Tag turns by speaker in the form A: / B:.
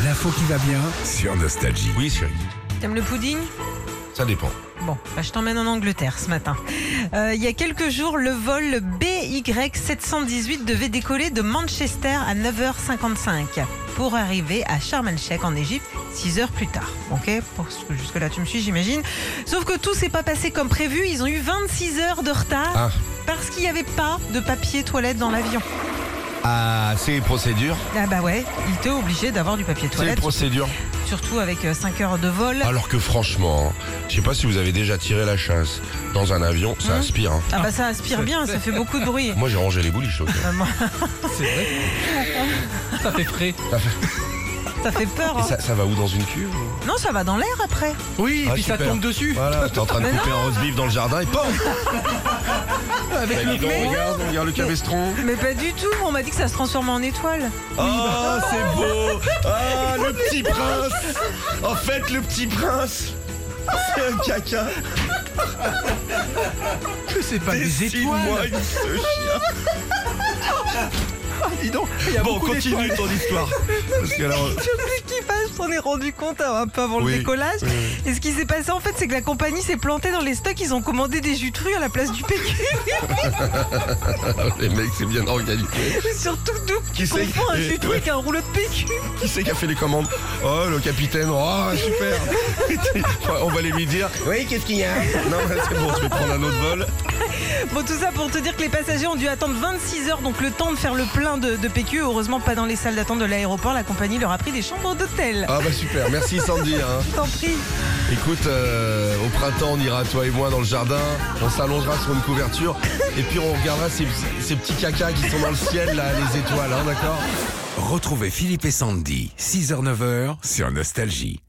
A: l'info qui va bien.
B: Sur Nostalgie.
C: Oui, chérie.
D: T'aimes le pudding
C: Ça dépend.
D: Bon, bah, je t'emmène en Angleterre ce matin. Euh, il y a quelques jours, le vol BY718 devait décoller de Manchester à 9h55 pour arriver à Sharm el-Sheikh en Égypte 6 heures plus tard. Ok Parce que Jusque-là, tu me suis, j'imagine. Sauf que tout s'est pas passé comme prévu. Ils ont eu 26 heures de retard
C: Ah.
D: parce qu'il n'y avait pas de papier toilette dans l'avion.
C: Ah, c'est les procédures.
D: Ah bah ouais, il était obligé d'avoir du papier
C: C'est Ah. les
D: toilette,
C: procédures.
D: surtout avec 5 heures de vol.
C: Alors que franchement, hein, je sais pas si vous avez déjà tiré la chasse dans un avion, ça
D: Hein
C: aspire. hein.
D: Ah bah ça aspire bien, ça fait beaucoup de bruit.
C: Moi j'ai rangé les bouliches. ok.
D: Euh, moi,
A: C'est vrai. Ça fait frais. Oh.
D: ça fait peur.
C: Et
D: hein.
C: ça, ça va où dans une cuve
D: Non, ça va dans l'air après.
A: Oui, et
C: Ah,
A: puis ça
C: super.
A: tombe dessus.
C: Voilà, t'es en train de
D: Mais
C: couper un rose vif dans le jardin et pam Bah, dis donc, regarde, regarde le cabestron.
D: Mais pas du tout, on m'a dit que ça se transforme en étoile.
C: Oh, c'est beau Ah, le petit prince En fait, le petit prince, c'est un caca
A: Que c'est pas Ah, des étoiles.
C: ce chien
A: Ah, dis donc, il y a
C: Bon,
A: beaucoup
C: continue
A: d'étoiles.
C: ton histoire. Parce que alors, euh,
D: Depuis qu'il passe, on est rendu compte hein, un peu avant
C: Oui,
D: le décollage.
C: oui, oui.
D: Et ce qui s'est passé en fait, c'est que la compagnie s'est plantée dans les stocks, ils ont commandé des jus de fruits à la place du PQ.
C: les mecs, c'est bien organisé.
D: Surtout Doug qui,
C: Qui c'est
D: confond un
C: qui-
D: jus de fruits
C: ouais.
D: avec un rouleau de PQ.
C: Qui c'est qui a fait les commandes Oh, le capitaine, oh, super Ouais, On va les lui dire. Oui, qu'est-ce qu'il y a Non, mais c'est bon, je vais prendre un autre vol.
D: Bon, tout ça pour te dire que les passagers ont dû attendre 26 heures, donc le temps de faire le plein de, de PQ. Heureusement, pas dans les salles d'attente de l'aéroport. La compagnie leur a pris des chambres d'hôtel.
C: Ah bah super, merci Sandy. hein.
D: Je T'en prie.
C: Écoute, euh, au printemps, on ira toi et moi dans le jardin, on s'allongera sur une couverture et puis on regardera ces, ces petits cacas qui sont dans le ciel, là, les étoiles, hein, d'accord
B: Retrouvez Philippe et Sandy, 6h-9h, sur Nostalgie.